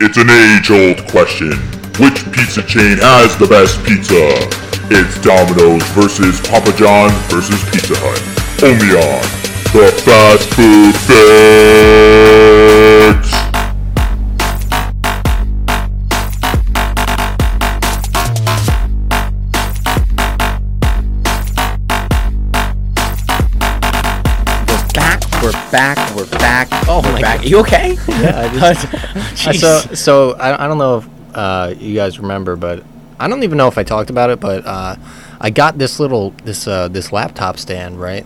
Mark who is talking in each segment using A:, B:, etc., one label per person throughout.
A: It's an age old question. Which pizza chain has the best pizza? It's Domino's versus Papa John's versus Pizza Hut. Only on the Fast Food Facts.
B: We're back. We're back. We're back. Oh
C: my
B: back.
C: God.
B: You okay?
C: Yeah, I just- Uh,
B: Jeez.
C: so so I, I don't know if uh, you guys remember, but I don't even know if I talked about it, but uh, I got this little this uh, this laptop stand right,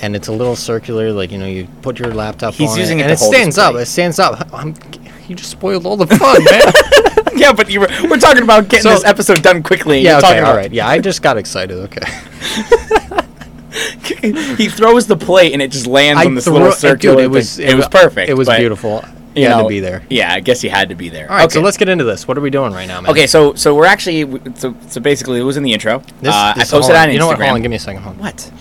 C: and it's a little circular, like you know you put your laptop.
B: He's
C: on
B: using it
C: and
B: to
C: it
B: hold his
C: stands up.
B: plate.
C: It stands up. I'm, you just spoiled all the fun, man.
B: yeah, but you were, we're talking about getting
C: So-
B: this episode done quickly. and
C: yeah,
B: you're
C: okay,
B: talking
C: all
B: about-
C: right. Yeah, I just got excited. Okay.
B: he throws the plate and it just lands on this
C: threw-
B: little
C: dude,
B: circular.
C: it was
B: thing. it was perfect.
C: It was
B: but,
C: beautiful.
B: you
C: You had
B: know,
C: to be there.
B: Yeah, I guess he had to be there.
C: All right,
B: okay.
C: so let's get into this. What are we doing right now, man?
B: Okay, so so we're actually w- so, so basically it was in the intro.
C: This,
B: uh,
C: this-
B: I posted
C: hold
B: on
C: You know what?
B: Instagram.
C: Hold on. Give me a second. Hold on.
B: what?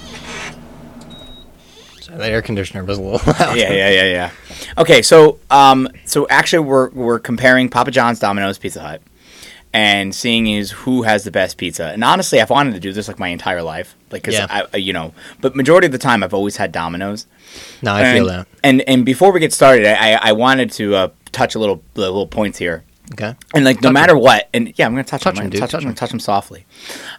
C: The air conditioner was a little loud.
B: yeah, yeah, yeah, yeah. Okay, so um, so actually, we're we're comparing Papa John's, Domino's, Pizza Hut, and seeing is who has the best pizza. And honestly, I've wanted to do this like my entire life, like because
C: Yeah.
B: I, I- you know, but majority of the time I've always had Domino's.
C: No, I
B: and,
C: feel that.
B: And and before we get started, I I I wanted to uh, touch a little little points here.
C: Okay.
B: And like no matter what, and yeah, I'm gonna touch,
C: Touch
B: him.
C: 'em,
B: I'm
C: dude,
B: gonna touch,
C: touch
B: I'm gonna
C: 'em.
B: touch him softly.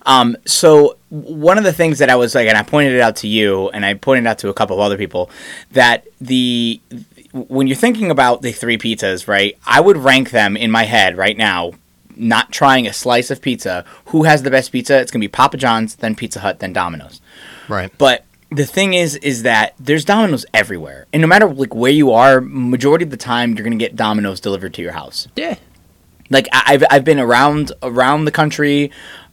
B: Um, so w- one of the things that I was like, and I pointed it out to you, and I pointed out to a couple of other people that the when you're thinking about the three pizzas, right? I would rank them in my head right now. Not trying a slice of pizza. Who has the best pizza? It's gonna be Papa John's, then Pizza Hut, then Domino's.
C: Right.
B: But the thing is, is that there's Domino's everywhere, and no matter like where you are, majority of the time you're gonna get Domino's delivered to your house
C: Yeah.
B: like I- I've I've been around around the country,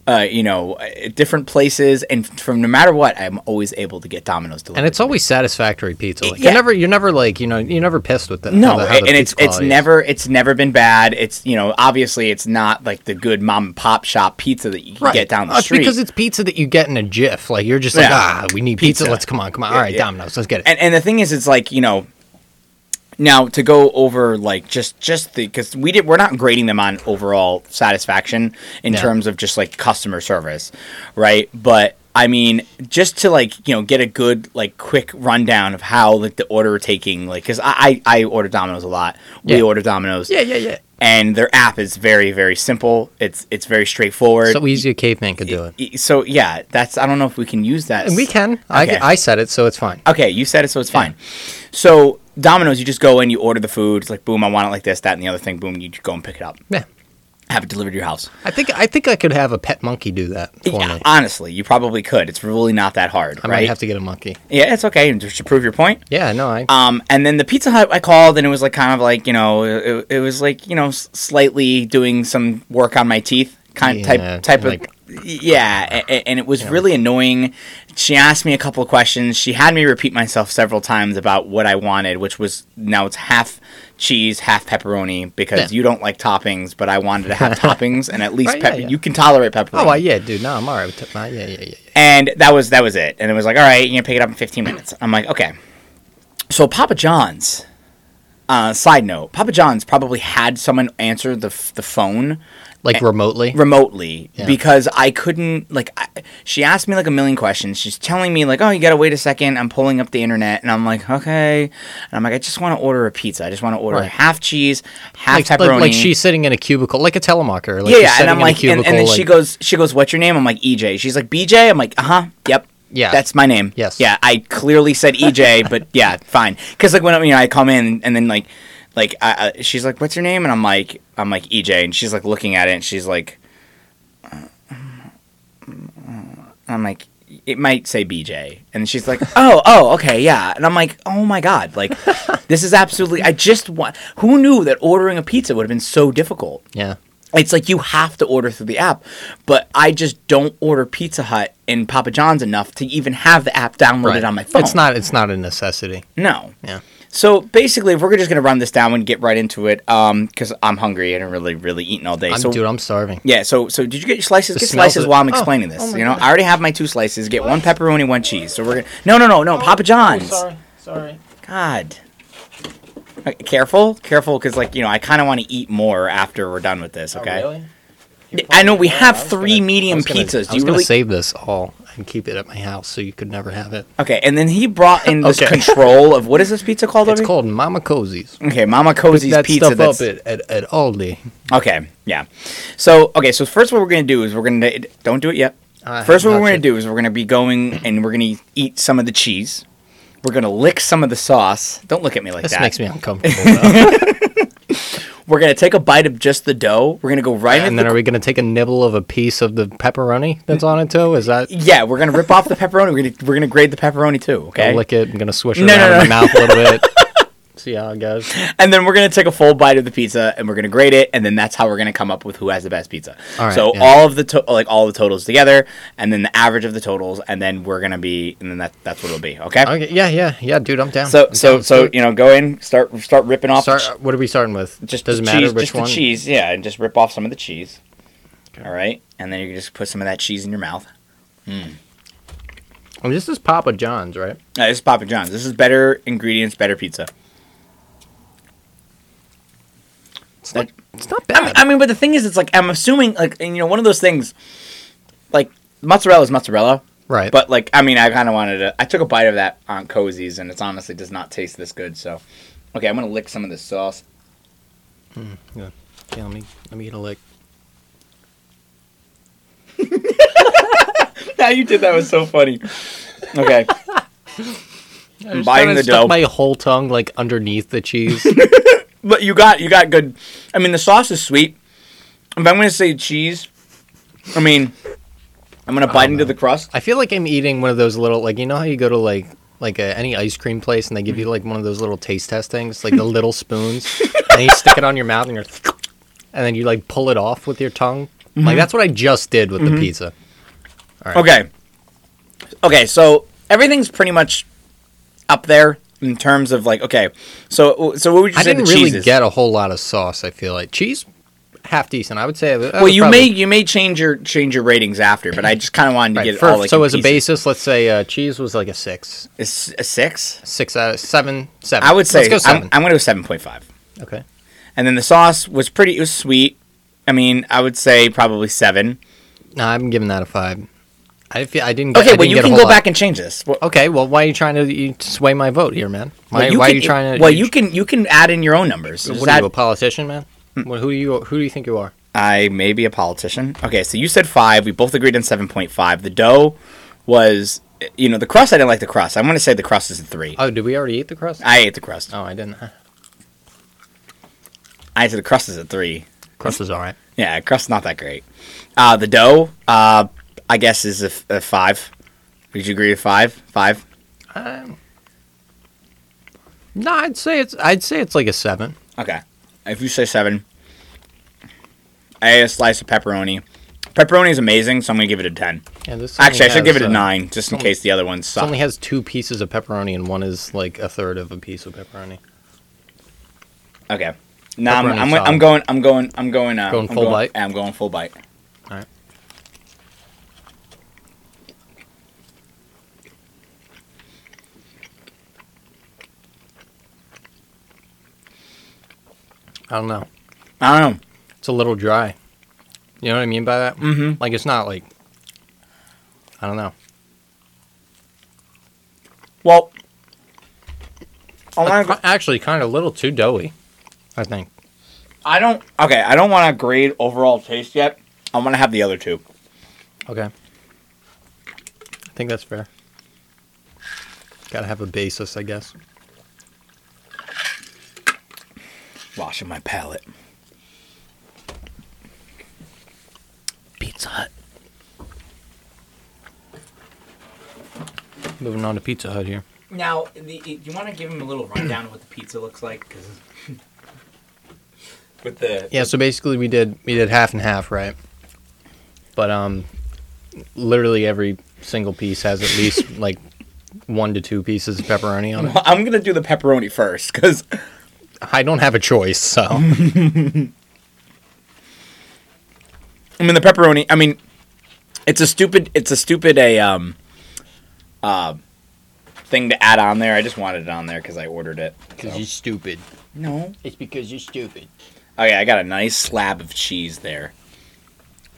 B: uh, you know, uh, different places, and from no matter what, I'm always able to get Domino's delivered.
C: And it's always satisfactory pizza. Like,
B: Yeah.
C: You're never, you're never like, you know, you're never pissed with that.
B: no, and it's it's never it's never been bad. It's you know obviously it's not like the good mom and pop shop pizza that you can get down the street.
C: Uh, because it's pizza that you get in a jiff. Like you're just like,
B: Yeah.
C: ah, we need pizza.
B: Pizza.
C: Let's come on, come on. All right,
B: yeah.
C: Domino's, let's get it.
B: and and the thing is, it's like you know. Now to go over like just just the because we did we're not grading them on overall satisfaction in
C: No.
B: terms of just like customer service, right? But I mean, just to like you know get a good like quick rundown of how like the order taking like because I, I I order Domino's a lot. We
C: Yeah.
B: order Domino's.
C: yeah, yeah, yeah.
B: And their app is very very simple. It's it's very straightforward.
C: So easy a caveman could do it,
B: Y- so yeah, that's I don't know if we can use that.
C: and we
B: s-
C: can. I
B: Okay. Uh,
C: I said it, so it's fine.
B: Okay, you said it, so it's fine. So Domino's, you just go in, you order the food. It's like, boom, I want it like this, that, and the other thing. Boom, you go and pick it up,
C: Yeah.
B: have it delivered to your house.
C: I think I think I could have a pet monkey do that for
B: Yeah,
C: me.
B: honestly, you probably could. It's really not that hard,
C: I might
B: right?
C: have to get a monkey.
B: yeah, it's okay. Just to prove your point.
C: Yeah, no, I.
B: Um, and then the Pizza Hut I called, and it was like kind of like you know, it, it was like you know, s- slightly doing some work on my teeth, kind of
C: Yeah,
B: type type
C: like-
B: of yeah. And, and it was really annoying. She asked me a couple of questions. She had me repeat myself several times about what I wanted, which was now it's half cheese, half pepperoni because
C: Yeah.
B: you don't like toppings, but I wanted to have toppings and at least
C: Right, yeah,
B: pep-
C: yeah.
B: you can tolerate pepperoni.
C: oh, I, yeah, dude. No, I'm all right with it. Uh, Yeah, yeah, yeah, yeah.
B: And that was that was it. And it was like, all right, you're gonna pick it up in 15 minutes. I'm like, okay. So Papa John's. Uh, side note: Papa John's probably had someone answer the f- the phone
C: Like remotely.
B: remotely because I couldn't like I, she asked me like a million questions. She's telling me like, "Oh, you got to wait a second. I'm pulling up the internet." And I'm like, "Okay." And I'm like, "I just want to order a pizza. I just want to order
C: Right.
B: half cheese, half
C: like,
B: pepperoni."
C: like, like she's sitting in a cubicle, like a telemarketer. Like
B: yeah,
C: she's
B: yeah, and
C: sitting
B: I'm
C: in a
B: like, and, and then
C: cubicle,
B: she
C: like-
B: goes, she goes, "What's your name?" I'm like, EJ. She's like, BJ. I'm like, uh huh, yep,
C: Yeah.
B: that's my name.
C: Yes.
B: yeah, I clearly said EJ, but yeah, fine. Because like when I- you know I come in and then like, like I, I, she's like, "What's your name?" and I'm like, I'm like EJ, and she's like looking at it, and she's like, uh, I'm like, it might say BJ. And she's like, oh, oh, okay, yeah. And I'm like, oh my God. Like, this is absolutely, I just want, who knew that ordering a pizza would have been so difficult?
C: Yeah.
B: It's like you have to order through the app, but I just don't order Pizza Hut and Papa John's enough to even have the app downloaded
C: Right.
B: on my phone.
C: It's not. It's not a necessity.
B: No.
C: Yeah.
B: So basically, if we're just going to run this down and get right into it, um, because I'm hungry. I haven't really, really eaten all day.
C: I'm,
B: so,
C: dude, I'm starving.
B: yeah, so so did you get your slices?
C: The
B: Get
C: smells
B: slices
C: of-
B: while I'm
C: Oh,
B: explaining this.
C: oh my
B: you know,
C: God.
B: I already have my two slices. Get one pepperoni,
C: Oh.
B: one cheese. So we're gonna No no no no, Papa John's.
C: sorry.
B: God. Uh, careful, careful, because like you know, I kind of want to eat more after we're done with this. Okay.
C: Oh, really?
B: I know we have
C: was
B: three
C: gonna- I
B: medium
C: was gonna-
B: pizzas.
C: I
B: Do you
C: was gonna
B: really?
C: save this all and keep it at my house so you could never have it.
B: okay, and then he brought in this
C: Okay.
B: control of what is this pizza called?
C: It's
B: Obi?
C: called Mama Cozy's.
B: Okay, Mama Cozy's
C: that
B: pizza.
C: stuff
B: that's
C: up at, at, at Aldi.
B: okay. Yeah. So okay, so first what we're gonna do is we're gonna don't do it yet.
C: I
B: first what
C: have
B: we're
C: not
B: gonna
C: yet.
B: do is we're gonna be going and we're gonna eat some of the cheese. We're gonna lick some of the sauce. Don't look at me like
C: This
B: that.
C: makes me uncomfortable. though.
B: We're gonna take a bite of just the dough. We're gonna go right
C: and
B: in.
C: then are we going to take a nibble of a piece of the pepperoni that's on it too? Is that
B: yeah, we're gonna rip off the pepperoni. We're gonna we're gonna grade the pepperoni too. Okay.
C: I'll lick it. I'm going to swish it
B: No, no,
C: around
B: no.
C: in my mouth a little bit. See how it goes.
B: and then we're gonna take a full bite of the pizza and we're gonna grade it and then that's how we're gonna come up with who has the best pizza
C: All right,
B: so
C: yeah.
B: all of the to- like all the totals together and then the average of the totals and then we're gonna be and then that, that's what it'll be okay,
C: Okay, yeah, yeah, yeah, dude, I'm down.
B: so
C: I'm
B: so
C: down.
B: so you know go in start start ripping off the
C: Start, uh,
B: ch-
C: what are we starting with?
B: just
C: doesn't
B: the
C: matter
B: cheese,
C: which
B: just
C: one.
B: the cheese yeah and just rip off some of the cheese all right and then you can just put some of that cheese in your mouth
C: And this is Papa John's, right?
B: Uh, this is Papa John's. This is better ingredients, better pizza.
C: It's not, it's not
B: I mean,
C: bad.
B: I mean, but the thing is, it's like I'm assuming, like and, you know, one of those things, like mozzarella is mozzarella,
C: right.
B: But like, I mean, I kind of wanted to. I took a bite of that on Cozy's, and it's honestly does not taste this good. So, okay, I'm gonna lick some of this sauce.
C: yeah, let me let me get a lick.
B: How you did that was so funny. Okay,
C: I'm
B: biting the dough.
C: My whole tongue like underneath the cheese.
B: but you got you got good. I mean, the sauce is sweet. If I'm gonna say cheese, I mean, I'm gonna bite into the crust.
C: I feel like I'm eating one of those little like you know how you go to like like uh, any ice cream place and they give you like one of those little taste test things, like the little spoons, and you stick it on your mouth and you're, and then you like pull it off with your tongue.
B: Mm-hmm.
C: Like that's what I just did with the pizza.
B: Okay, okay, so everything's pretty much up there in terms of like okay. So so what would you
C: I
B: say
C: didn't
B: the
C: really
B: cheese is?
C: get a whole lot of sauce. I feel like cheese, half decent. I would say. I would- I
B: well,
C: would
B: you
C: probably-
B: may you may change your change your ratings after, but I just kind of wanted to
C: Right,
B: get it
C: for-
B: all like
C: so
B: in
C: as a
B: pieces.
C: basis, let's say uh, cheese was like a six,
B: Is a six?
C: six out of seven, seven.
B: I would say
C: let's go 7
B: I'm, I'm going to go seven point five.
C: okay,
B: And then the sauce was pretty. It was sweet. I mean, I would say probably seven.
C: no, I'm giving that a five. I feel I didn't. Get,
B: Okay,
C: I
B: well
C: didn't
B: you
C: get a
B: can
C: whole
B: go
C: lot.
B: back and change this. Well,
C: Okay, well, why are you trying to you, sway my vote here, man? Why,
B: well, you
C: why
B: can,
C: are you trying to?
B: Well, you can you can add in your own numbers. Is
C: What are
B: that-
C: you, a politician, man? Well, who do you who do you think you are?
B: I may be a politician. Okay, so you said five. We both agreed on seven point five. The dough was, you know, the crust. I didn't like the crust. I'm going to say the crust is a three.
C: Oh, did we already eat the crust?
B: I ate the crust.
C: oh, I didn't. Huh.
B: I said the crust is a three.
C: Crust is all right.
B: Yeah, crust's not that great. Uh, the dough, uh, I guess, is a, f- a five. Would you agree with five? Five.
C: Um, no, I'd say it's I'd say it's like a seven.
B: Okay. If you say seven, I ate a slice of pepperoni. Pepperoni is amazing, so I'm gonna give it a ten.
C: Yeah, this only
B: Actually, I should give
C: has,
B: it a
C: uh,
B: nine, just in case the other ones
C: It
B: suck.
C: only has two pieces of pepperoni, and one is like a third of a piece of pepperoni.
B: Okay. No, I'm,
C: Pepperoni's
B: I'm,
C: solid.
B: I'm going. I'm going. I'm going. Uh,
C: Going
B: I'm
C: full bite?
B: yeah, I'm going full bite.
C: Alright. I don't know.
B: I don't know.
C: It's a little dry. You know what I mean by that?
B: Mhm.
C: Like it's not like I don't know.
B: Well, I want
C: Like,
B: to
C: ki- actually, kind of a little too doughy. I think.
B: I don't. Okay, I don't want to grade overall taste yet. I want to have the other two.
C: Okay. I think that's fair. Gotta have a basis, I guess.
B: Washing my palate.
C: Pizza Hut. Moving on to Pizza Hut here.
B: Now, the, you want to give him a little rundown of what the pizza looks like? Cause with the
C: Yeah, so basically we did we did half and half, right? But um literally every single piece has at least like one to two pieces of pepperoni on it.
B: Well, I'm gonna do the pepperoni first because
C: I don't have a choice, so
B: I mean the pepperoni. I mean, it's a stupid. It's a stupid. A um, uh, thing to add on there. I just wanted it on there because I ordered it.
D: Because you're stupid.
B: No.
D: It's because you're stupid.
B: Okay, Oh, I got a nice slab of cheese there.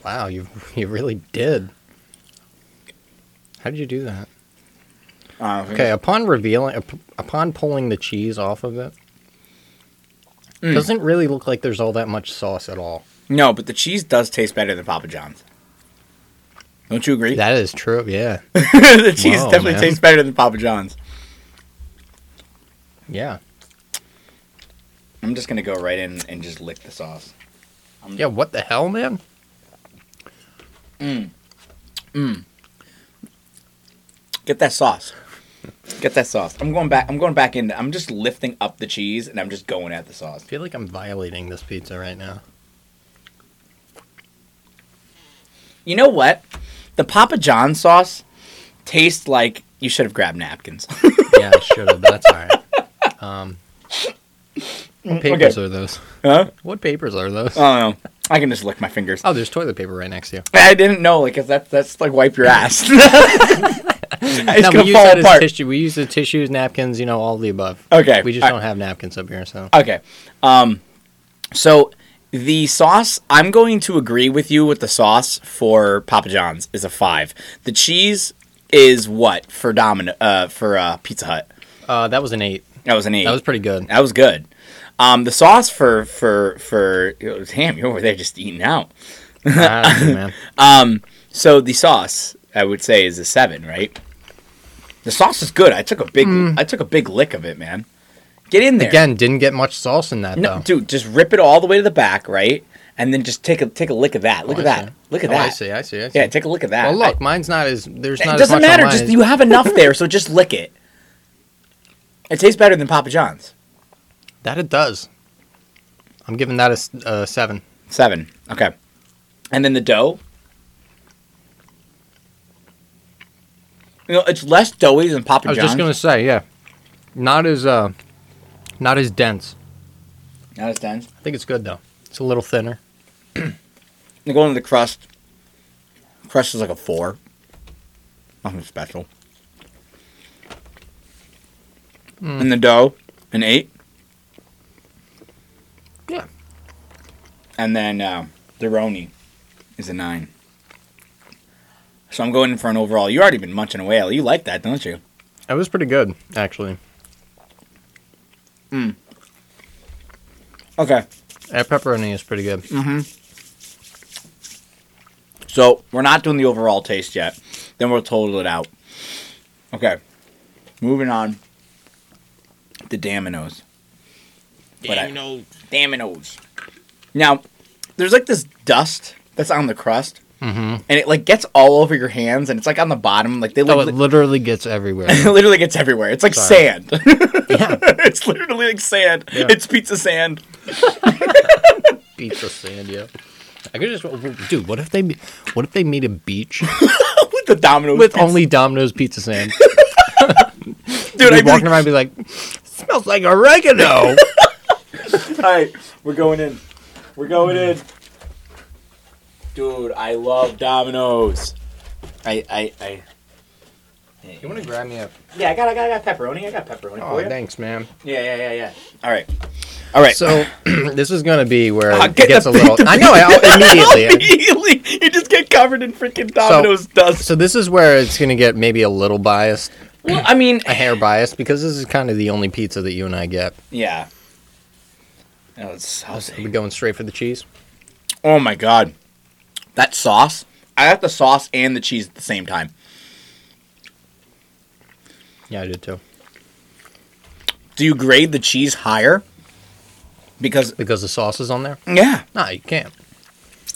C: Wow, you you really did. How did you do that?
B: Uh,
C: Okay, upon revealing, up- upon pulling the cheese off of it,
B: Mm.
C: doesn't really look like there's all that much sauce at all.
B: No, but the cheese does taste better than Papa John's. Don't you agree?
C: That is true. Yeah,
B: the cheese
C: Whoa,
B: definitely
C: man.
B: tastes better than Papa John's.
C: yeah,
B: I'm just gonna go right in and just lick the sauce. Um,
C: yeah. What the hell, man?
B: Get that sauce. Get that sauce. I'm going back. I'm going back in. I'm just lifting up the cheese and I'm just going at the sauce.
C: I feel like I'm violating this pizza right now.
B: You know what? The Papa John sauce tastes like you should have grabbed napkins.
C: Yeah, I should have. That's all right. Um, Mm, what papers are those?
B: huh?
C: What papers are those?
B: Oh no. I can just lick my fingers.
C: oh, there's toilet paper right next to you.
B: I didn't know, like, 'cause that, that's like wipe your ass. it's
C: no, we
B: gonna
C: use that
B: fall
C: as
B: apart.
C: tissue. We use the tissues, napkins, you know, all the above.
B: Okay,
C: We just
B: all right.
C: don't have napkins up here, so
B: Okay. Um, so the sauce, I'm going to agree with you with the sauce for Papa John's is a five. The cheese is what for Domino uh, for uh, Pizza Hut.
C: uh, that was an eight.
B: That was an eight.
C: That was pretty good.
B: That was good. Um, the sauce for for for damn, you're over there just eating out.
C: Ah, man.
B: So the sauce, I would say, is a seven, right? The sauce is good. I took a big
C: Mm.
B: I took a big lick of it, man. Get in there.
C: Again, didn't get much sauce in that
B: No,
C: though.
B: dude, just rip it all the way to the back, right? And then just take a take a lick of that. Look
C: Oh,
B: at
C: I
B: that.
C: see.
B: Look at
C: Oh,
B: that.
C: I see. I see. I see.
B: Yeah, take a look at that.
C: well, look,
B: I-
C: mine's not as there's not.
B: it
C: as
B: doesn't
C: much on
B: matter.
C: mine
B: Just
C: as-
B: you have enough there, so just lick it. It tastes better than Papa John's.
C: that it does. I'm giving that a s- a seven.
B: Seven. Okay. And then the dough. You know, it's less doughy than Papa
C: I was
B: John's.
C: just gonna say, yeah, not as uh, not as dense.
B: Now it's done.
C: I think it's good though. It's a little thinner.
B: I'm going to the crust. Crust is like a four. Nothing special. And the dough, an eight.
C: Yeah.
B: And then uh, the Roni is a nine. So I'm going in for an overall. You already been munching away. You like that, don't you?
C: It was pretty good actually.
B: Okay.
C: That pepperoni is pretty good.
B: Mm-hmm. So we're not doing the overall taste yet. Then we'll total it out. Okay. Moving on. The Domino's. But I-
D: Damn, no.
B: Domino's. Now, there's like this dust that's on the crust, mm-hmm. and it like gets all over your hands, and it's like on the bottom. Like they
C: Oh,
B: like,
C: it literally gets everywhere.
B: it literally gets everywhere. It's like sand.
C: yeah,
B: it's literally like sand.
C: Yeah.
B: It's pizza sand.
C: pizza sand. Yeah. I could just, dude. What if they, what if they made a beach
B: With the Domino's.
C: with
B: pizza.
C: only Domino's pizza sand?
B: dude,
C: I'd
B: I
C: be walking around and be like, smells like oregano.
B: All right, we're going in. We're going in. Dude, I love Domino's. I, I, I.
C: you want to grab me up?
B: Yeah, I got, I got, I got pepperoni. I got pepperoni
C: Oh,
B: for you.
C: thanks, man.
B: Yeah, yeah, yeah, yeah. All right, all right.
C: So this is gonna be where
B: Ah,
C: it
B: get
C: gets
B: the
C: a little.
B: big-
C: I know. I, immediately.
B: immediately, you just get covered in freaking Domino's dust.
C: so this is where it's gonna get maybe a little biased,
B: Well, I mean,
C: a hair biased, because this is kind of the only pizza that you and I get.
B: yeah. Oh, it's
C: Are we
B: saucy.
C: going straight for the cheese?
B: Oh my god, that sauce! I got the sauce and the cheese at the same time.
C: Yeah, I did too.
B: Do you grade the cheese higher? Because
C: Because the sauce is on there.
B: yeah.
C: Nah, you can't.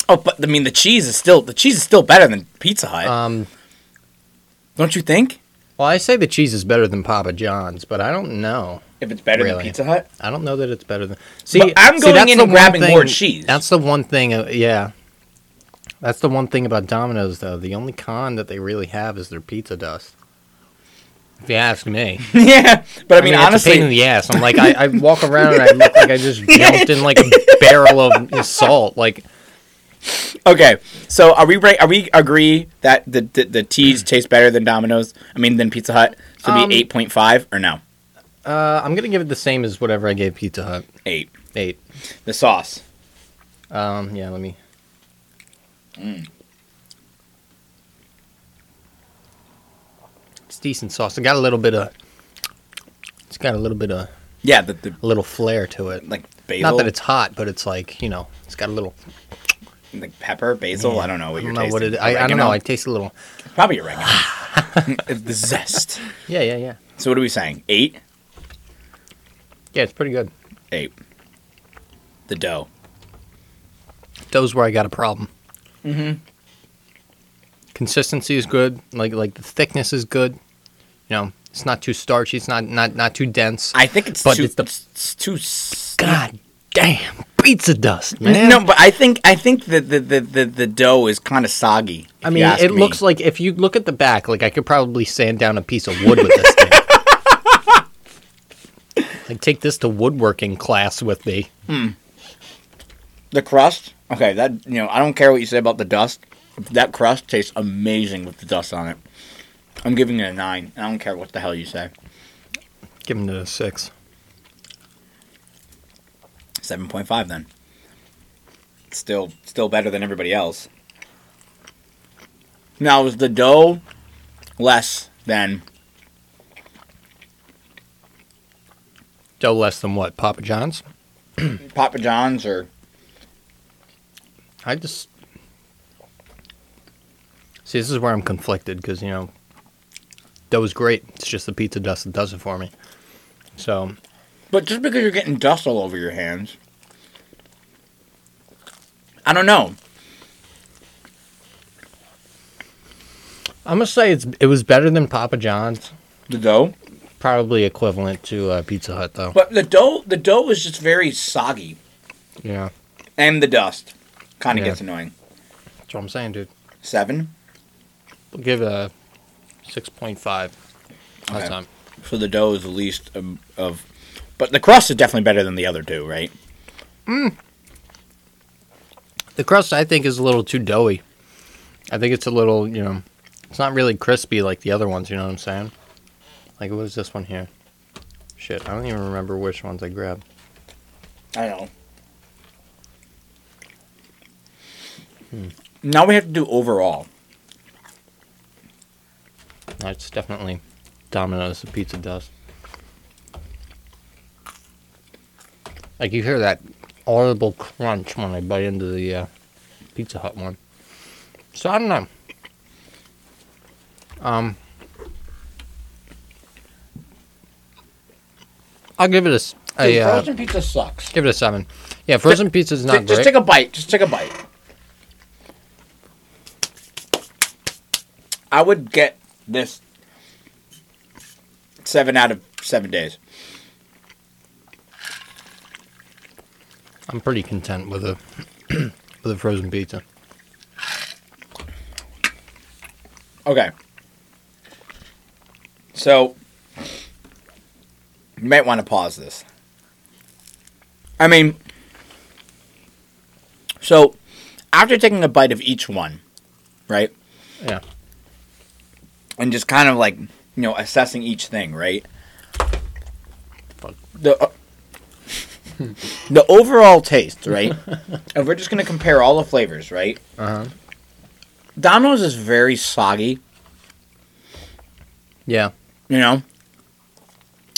B: Oh, but I mean, the cheese is still the cheese is still better than Pizza Hut,
C: Um,
B: don't you think?
C: well, I say the cheese is better than Papa John's, but I don't know.
B: If it's better
C: really.
B: Hut,
C: I don't know that it's better than. See,
B: I'm
C: see,
B: going
C: that's
B: in
C: the
B: and
C: one
B: grabbing
C: thing-
B: more cheese.
C: That's the one thing. Uh, yeah, that's the one thing about Domino's, though. The only con that they really have is their pizza dust. If you ask me,
B: yeah. But I mean,
C: it's a pain in
B: honestly,
C: the ass. I'm like, I, I walk around and I look like I just jumped in like a barrel of salt. Like,
B: okay. So are we right? Are we agree that the the, the teas taste better than Domino's? I mean, than Pizza Hut? So
C: Um,
B: it'd be eight point five or no
C: Uh, I'm gonna give it the same as whatever I gave Pizza Hut.
B: eight.
C: Eight.
B: The sauce.
C: Um, yeah, let me.
B: Mm.
C: It's decent sauce. It got a little bit of. It's got a little bit of
B: Yeah, the, the
C: a little flair to it.
B: like basil,
C: Not that it's hot, but it's like you know, it's got a little.
B: like pepper, basil. I don't know what
C: I
B: you're
C: don't know what
B: tasting.
C: it. I, I don't
B: Oregano?
C: know. I taste a little.
B: Probably oregano. the zest.
C: Yeah, yeah, yeah.
B: So what are we saying? Eight,
C: Yeah, it's pretty good.
B: eight. The dough.
C: Those where I got a problem. Mm-hmm. Consistency is good. Like like the thickness is good. You know, it's not too starchy. It's not not not too dense.
B: I think it's
C: But
B: too.
C: it's the-
B: it's too. s-
C: God damn pizza dust, man.
B: No, but I think I think the the the, the, the dough is kind of soggy.
C: I mean, it looks like if you look at the back, like I could probably sand down a piece of wood with this thing. like take this to woodworking class with me.
B: the crust. Okay, that you know, I don't care what you say about the dust. That crust tastes amazing with the dust on it. I'm giving it a nine. I don't care what the hell you say.
C: Give him the six.
B: Seven point five then. Still, still better than everybody else. Now is the dough less than
C: Dough less than what? Papa John's?
B: Papa John's or
C: I just see. This is where I'm conflicted because you know dough is great. It's just the pizza dust that does it for me. So
B: But just because you're getting dust all over your hands, I don't know.
C: I'm gonna say it's it was better than Papa John's.
B: The dough,
C: Probably equivalent to uh, Pizza Hut though.
B: but the dough, the dough is just very soggy,
C: Yeah,
B: and the dust kind of
C: Yeah.
B: gets annoying.
C: that's what I'm saying, dude.
B: Seven.
C: We'll give it a six point five. Last
B: Okay.
C: time.
B: So the dough is the least of, of, but the crust is definitely better than the other two, right?
C: The crust I think is a little too doughy. I think it's a little, you know, it's not really crispy like the other ones, you know what I'm saying? Like what was this one here? Shit, I don't even remember which ones I grabbed.
B: I know.
C: Hmm.
B: Now we have to do overall.
C: That's definitely Domino's the pizza dust. Like you hear that audible crunch when I bite into the uh, Pizza Hut one. So I don't know. Um, I'll give it a s- a,
B: Dude,
C: uh,
B: frozen pizza sucks.
C: give it a seven. Yeah, frozen pizza's not
B: Ju-
C: great.
B: just take a bite. Just take a bite. I would get this seven out of seven days.
C: I'm pretty content with a with a frozen pizza.
B: Okay. So you might want to pause this. I mean, so after taking a bite of each one, right?
C: Yeah.
B: and just kind of like you know assessing each thing, right?
C: Fuck.
B: The uh, the overall taste, right? and we're just gonna compare all the flavors, right?
C: Uh huh.
B: Domino's is very soggy,
C: Yeah.
B: you know,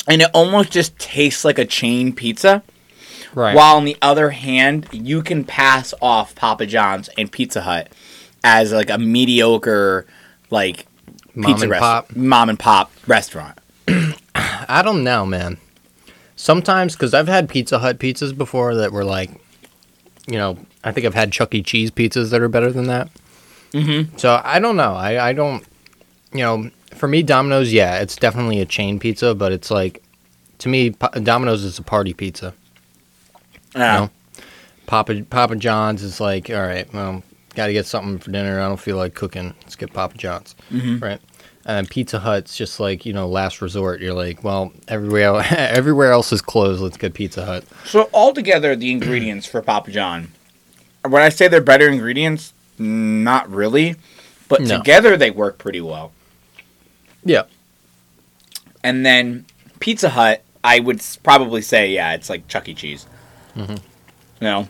B: and it almost just tastes like a chain pizza.
C: Right.
B: While on the other hand, you can pass off Papa John's and Pizza Hut as like a mediocre, like
C: Mom
B: pizza
C: and
B: rest-
C: pop.
B: mom and pop restaurant.
C: I don't know, man. Sometimes, because I've had Pizza Hut pizzas before that were like, you know, I think I've had Chuck E. Cheese pizzas that are better than that. Mm-hmm. So I don't know. I, I don't, you know, for me, Domino's, yeah, it's definitely a chain pizza, but it's like, to me, Pa- Domino's is a party pizza.
B: Yeah.
C: No. Papa Papa John's is like, all right, well, got to get something for dinner. I don't feel like cooking. Let's get Papa John's,
D: Mm-hmm.
C: right? And Pizza Hut's just like you know, last resort. You're like, well, everywhere el- everywhere else is closed. Let's get Pizza Hut.
B: So altogether, the ingredients for Papa John, when I say they're better ingredients, not really, but
C: No.
B: together they work pretty well.
C: Yeah.
B: and then Pizza Hut, I would s- probably say, yeah, it's like Chuck E. Cheese. You know,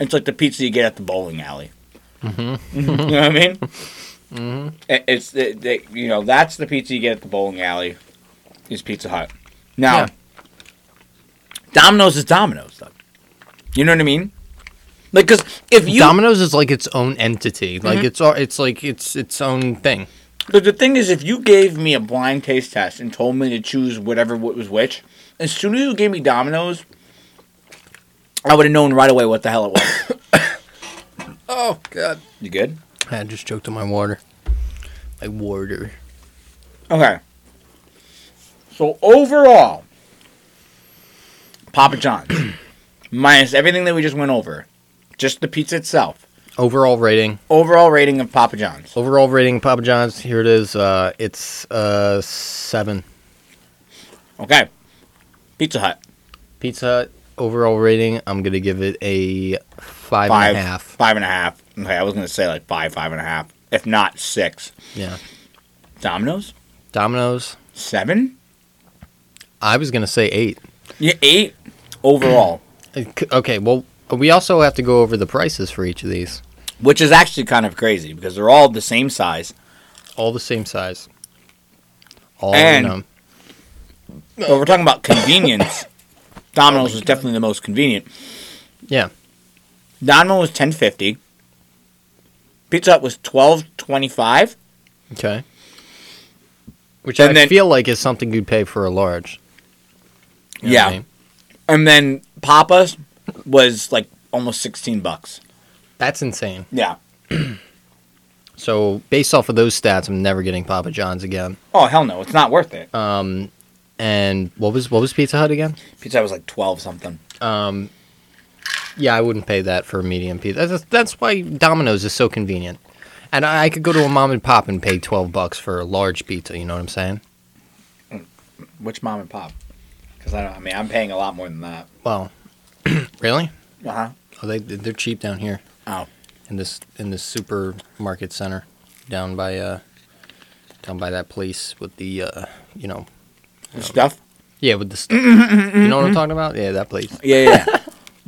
B: it's like the pizza you get at the bowling alley. you know what I mean? Mm-hmm. It's the, the, you know that's the pizza you get at the bowling alley, is Pizza Hut. Now,
C: Yeah.
B: Domino's is Domino's, though. You know what I mean? Like, because if you
C: Domino's is like its own entity. Like
D: Mm-hmm.
C: it's all. It's like it's its own thing.
B: But the thing is, if you gave me a blind taste test and told me to choose whatever what was which, as soon as you gave me Domino's, I would have known right away what the hell it was.
D: Oh God.
B: you good?
C: I just choked on my water. My water.
B: Okay. So overall, Papa John's, minus everything that we just went over, just the pizza itself,
C: Overall rating.
B: overall rating of Papa John's.
C: Overall rating. Papa John's. Here it is. Uh, it's uh seven.
B: Okay. Pizza Hut.
C: Pizza Hut, overall rating. I'm gonna give it a five
B: Five.
C: and a half.
B: Five and a half. Okay, I was going to say like five, five and a half. If not six.
C: Yeah.
B: Domino's?
C: Domino's.
B: Seven?
C: I was gonna say eight.
B: Yeah, eight overall,
C: Okay. Well, we also have to go over the prices for each of these.
B: which is actually kind of crazy because they're all the same size.
C: All the same size. All
B: And-
C: of them.
B: But we're talking about convenience. Domino's is definitely the most convenient.
C: Yeah.
B: Domino's was ten fifty. Pizza Hut was twelve twenty five.
C: Okay. Which
B: And
C: I
B: then-
C: feel like is something you'd pay for a large. You know what
B: Yeah,
C: I mean?
B: and then Papa's was like almost sixteen bucks.
C: That's insane.
B: Yeah.
C: So based off of those stats, I'm never getting Papa John's again.
B: Oh hell no, it's not worth it.
C: And what was what was Pizza Hut again?
B: Pizza Hut was like twelve something.
C: Yeah, I wouldn't pay that for a medium pizza. That's, that's why Domino's is so convenient. And I, I could go to a mom and pop and pay twelve bucks for a large pizza. You know what I'm saying?
B: Which mom and pop? Because I don't. I mean, I'm paying a lot more than that.
C: Well, really?
B: Uh huh.
C: Oh, they they're cheap down here
B: Oh.
C: in this in this supermarket center down by uh down by that place with the uh you know
B: The stuff.
C: yeah with the st- you know what I'm talking about? Yeah, that place.
B: Yeah, yeah. yeah.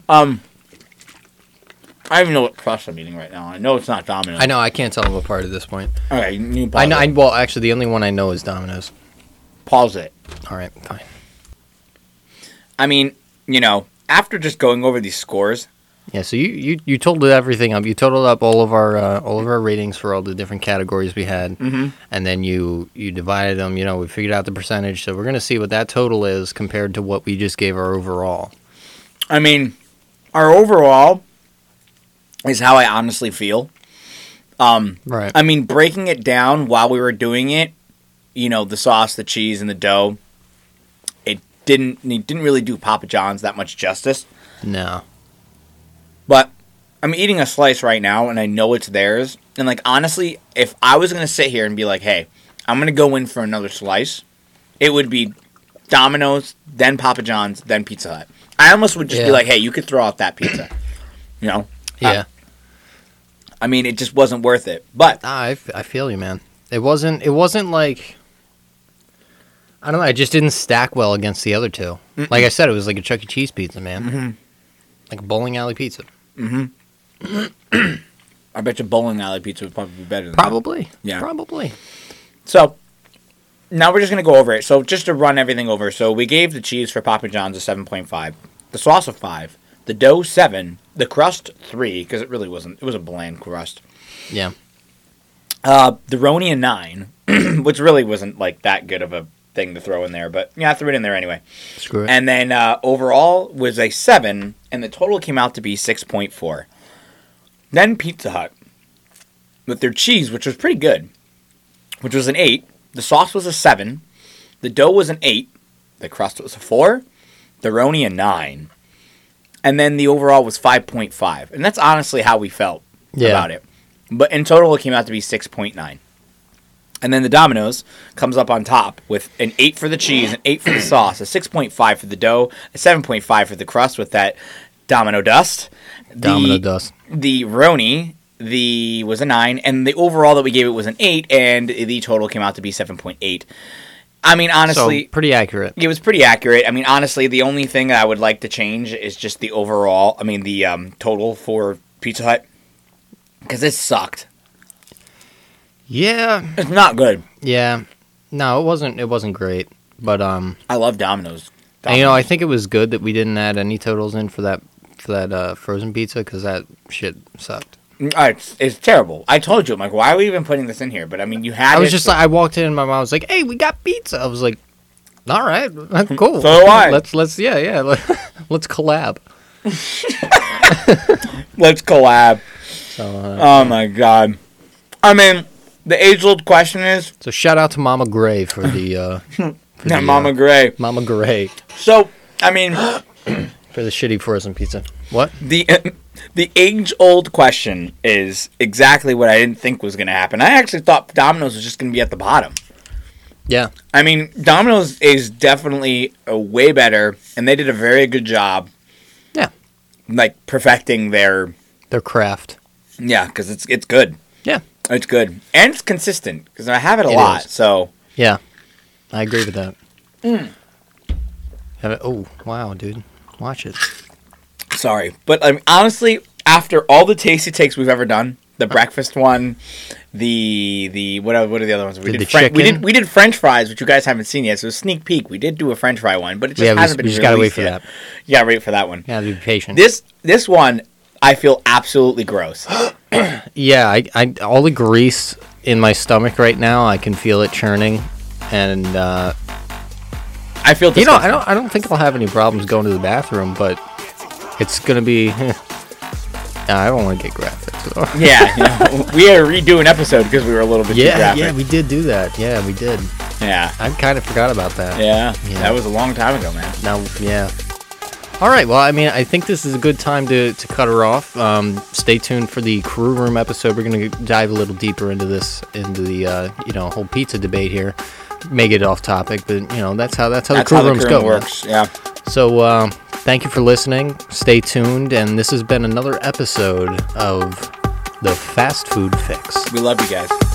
B: um, I don't even know what crust I'm eating right now. I know it's not Domino's.
C: I know I can't tell them apart at this point.
B: Okay, you you pause
C: I know. I,
B: it.
C: well, actually, the only one I know is Domino's.
B: pause it.
C: All right, fine.
B: I mean, you know, after just going over these scores,
C: Yeah, so you you you totaled everything up. You totaled up all of our uh, all of our ratings for all the different categories we had, mm-hmm. and then you you divided them. You know, we figured out the percentage. So we're gonna see what that total is compared to what we just gave our overall.
B: I mean, our overall is how I honestly feel.
C: Right.
B: I mean, breaking it down while we were doing it, you know, the sauce, the cheese, and the dough, it didn't it didn't really do Papa John's that much justice.
C: no.
B: But I'm eating a slice right now and I know it's theirs. And like honestly, if I was gonna sit here and be like, hey, I'm gonna go in for another slice, it would be Domino's, then Papa John's, then Pizza Hut. I almost would just be
C: Yeah.
B: like, hey, you could throw out that pizza. You know?
C: Yeah.
B: I mean it just wasn't worth it. But
C: Ah, I, f- I feel you, man. It wasn't it wasn't like I don't know. I just didn't stack well against the other 2 Like I said, it was like a Chuck E. Cheese pizza, man. Like a bowling alley pizza,
B: I bet you bowling alley pizza would probably be better than that.
C: probably.
B: Yeah.
C: probably.
B: So now we're just gonna go over it. So just to run everything over. So we gave the cheese for Papa John's a seven point five, the sauce a five, the dough seven, the crust three because it really wasn't. It was a bland crust.
C: Yeah,
B: Uh, the roni a nine, which really wasn't like that good of a thing to throw in there, but yeah, I threw it in there anyway.
C: screw it.
B: And then uh, overall was a seven, and the total came out to be six point four. Then Pizza Hut with their cheese, which was pretty good, which was an eight. The sauce was a seven. The dough was an eight. The crust was a four. The roni a nine. And then the overall was five point five, and that's honestly how we felt
C: Yeah.
B: about it. But in total, it came out to be six point nine. And then the Domino's comes up on top with an eight for the cheese, an eight for the sauce, a six point five for the dough, a seven point five for the crust with that Domino dust, the-
C: Domino dust.
B: the Roni, the was a nine, and the overall that we gave it was an eight, and the total came out to be seven point eight. I mean, honestly,
C: so pretty accurate.
B: it was pretty accurate. I mean, honestly, the only thing I would like to change is just the overall. I mean, the um, total for Pizza Hut because it sucked.
C: Yeah,
B: It's not good.
C: yeah. No, it wasn't. It wasn't great. But um,
B: I love Domino's.
C: and, you know, I think it was good that we didn't add any totals in for that for that uh, frozen pizza because that shit sucked.
B: Uh, it's, it's terrible. I told you, I'm like, why are we even putting this in here? But I mean, you had.
C: I
B: it
C: was just
B: for-
C: like, I walked in, and my mom was like, "Hey, we got pizza." I was like, "All right, cool."
B: So do I.
C: Let's let's yeah yeah let's collab.
B: let's collab.
C: So uh,
B: Oh my god. I mean, the age-old question is,
C: so shout out to Mama Gray for the uh, for the,
B: yeah,
C: uh,
B: Mama Gray.
C: Mama Gray
B: So, I mean,
C: for the shitty frozen pizza. What?
B: the the age-old question is exactly what I didn't think was going to happen. I actually thought Domino's was just going to be at the bottom.
C: Yeah.
B: I mean, Domino's is definitely uh, way better, and they did a very good job,
C: Yeah.
B: like perfecting their
C: Their craft.
B: yeah, because it's it's good,
C: Yeah.
B: it's good, and it's consistent because I have it a
C: It
B: lot.
C: is.
B: So
C: Yeah. I agree with that. Mm. Have it- oh, wow, dude. Watch it.
B: sorry, but I mean, honestly, after all the tasty takes we've ever done, the
C: Uh-huh.
B: breakfast one, the the what are, what are the other ones we
C: Did the
B: French we
C: chicken?
B: did we did French fries, which you guys haven't seen yet. So sneak peek, we did do a French fry one, but it just
C: Yeah, we
B: hasn't
C: just-
B: been
C: we just gotta wait
B: released
C: for
B: yet.
C: that.
B: You gotta wait for that one.
C: Yeah, be patient.
B: This this one, I feel absolutely gross.
C: yeah, I, I all the grease in my stomach right now, I can feel it churning. And uh,
B: I feel
C: you know,
B: disgusted.
C: I don't I don't think I'll have any problems going to the bathroom, but it's gonna be Nah, I don't wanna get graphic. So.
B: Yeah, you know, we had to redo an episode because we were a little bit too
C: Yeah,
B: graphic.
C: yeah, we did do that. Yeah, we did.
B: Yeah.
C: I kinda forgot about that.
B: yeah,
C: Yeah.
B: That was a long time ago, man.
C: Now, yeah. All right. Well, I mean, I think this is a good time to, to cut her off. Um, stay tuned for the crew room episode. We're going to dive a little deeper into this, into the uh, you know whole pizza debate here. Make it off topic, but you know that's how that's how
B: That's
C: the crew
B: how the
C: rooms
B: crew
C: go.
B: room
C: man.
B: works. Yeah.
C: So, um, thank you for listening. Stay tuned, and this has been another episode of the Fast Food Fix.
B: We love you guys.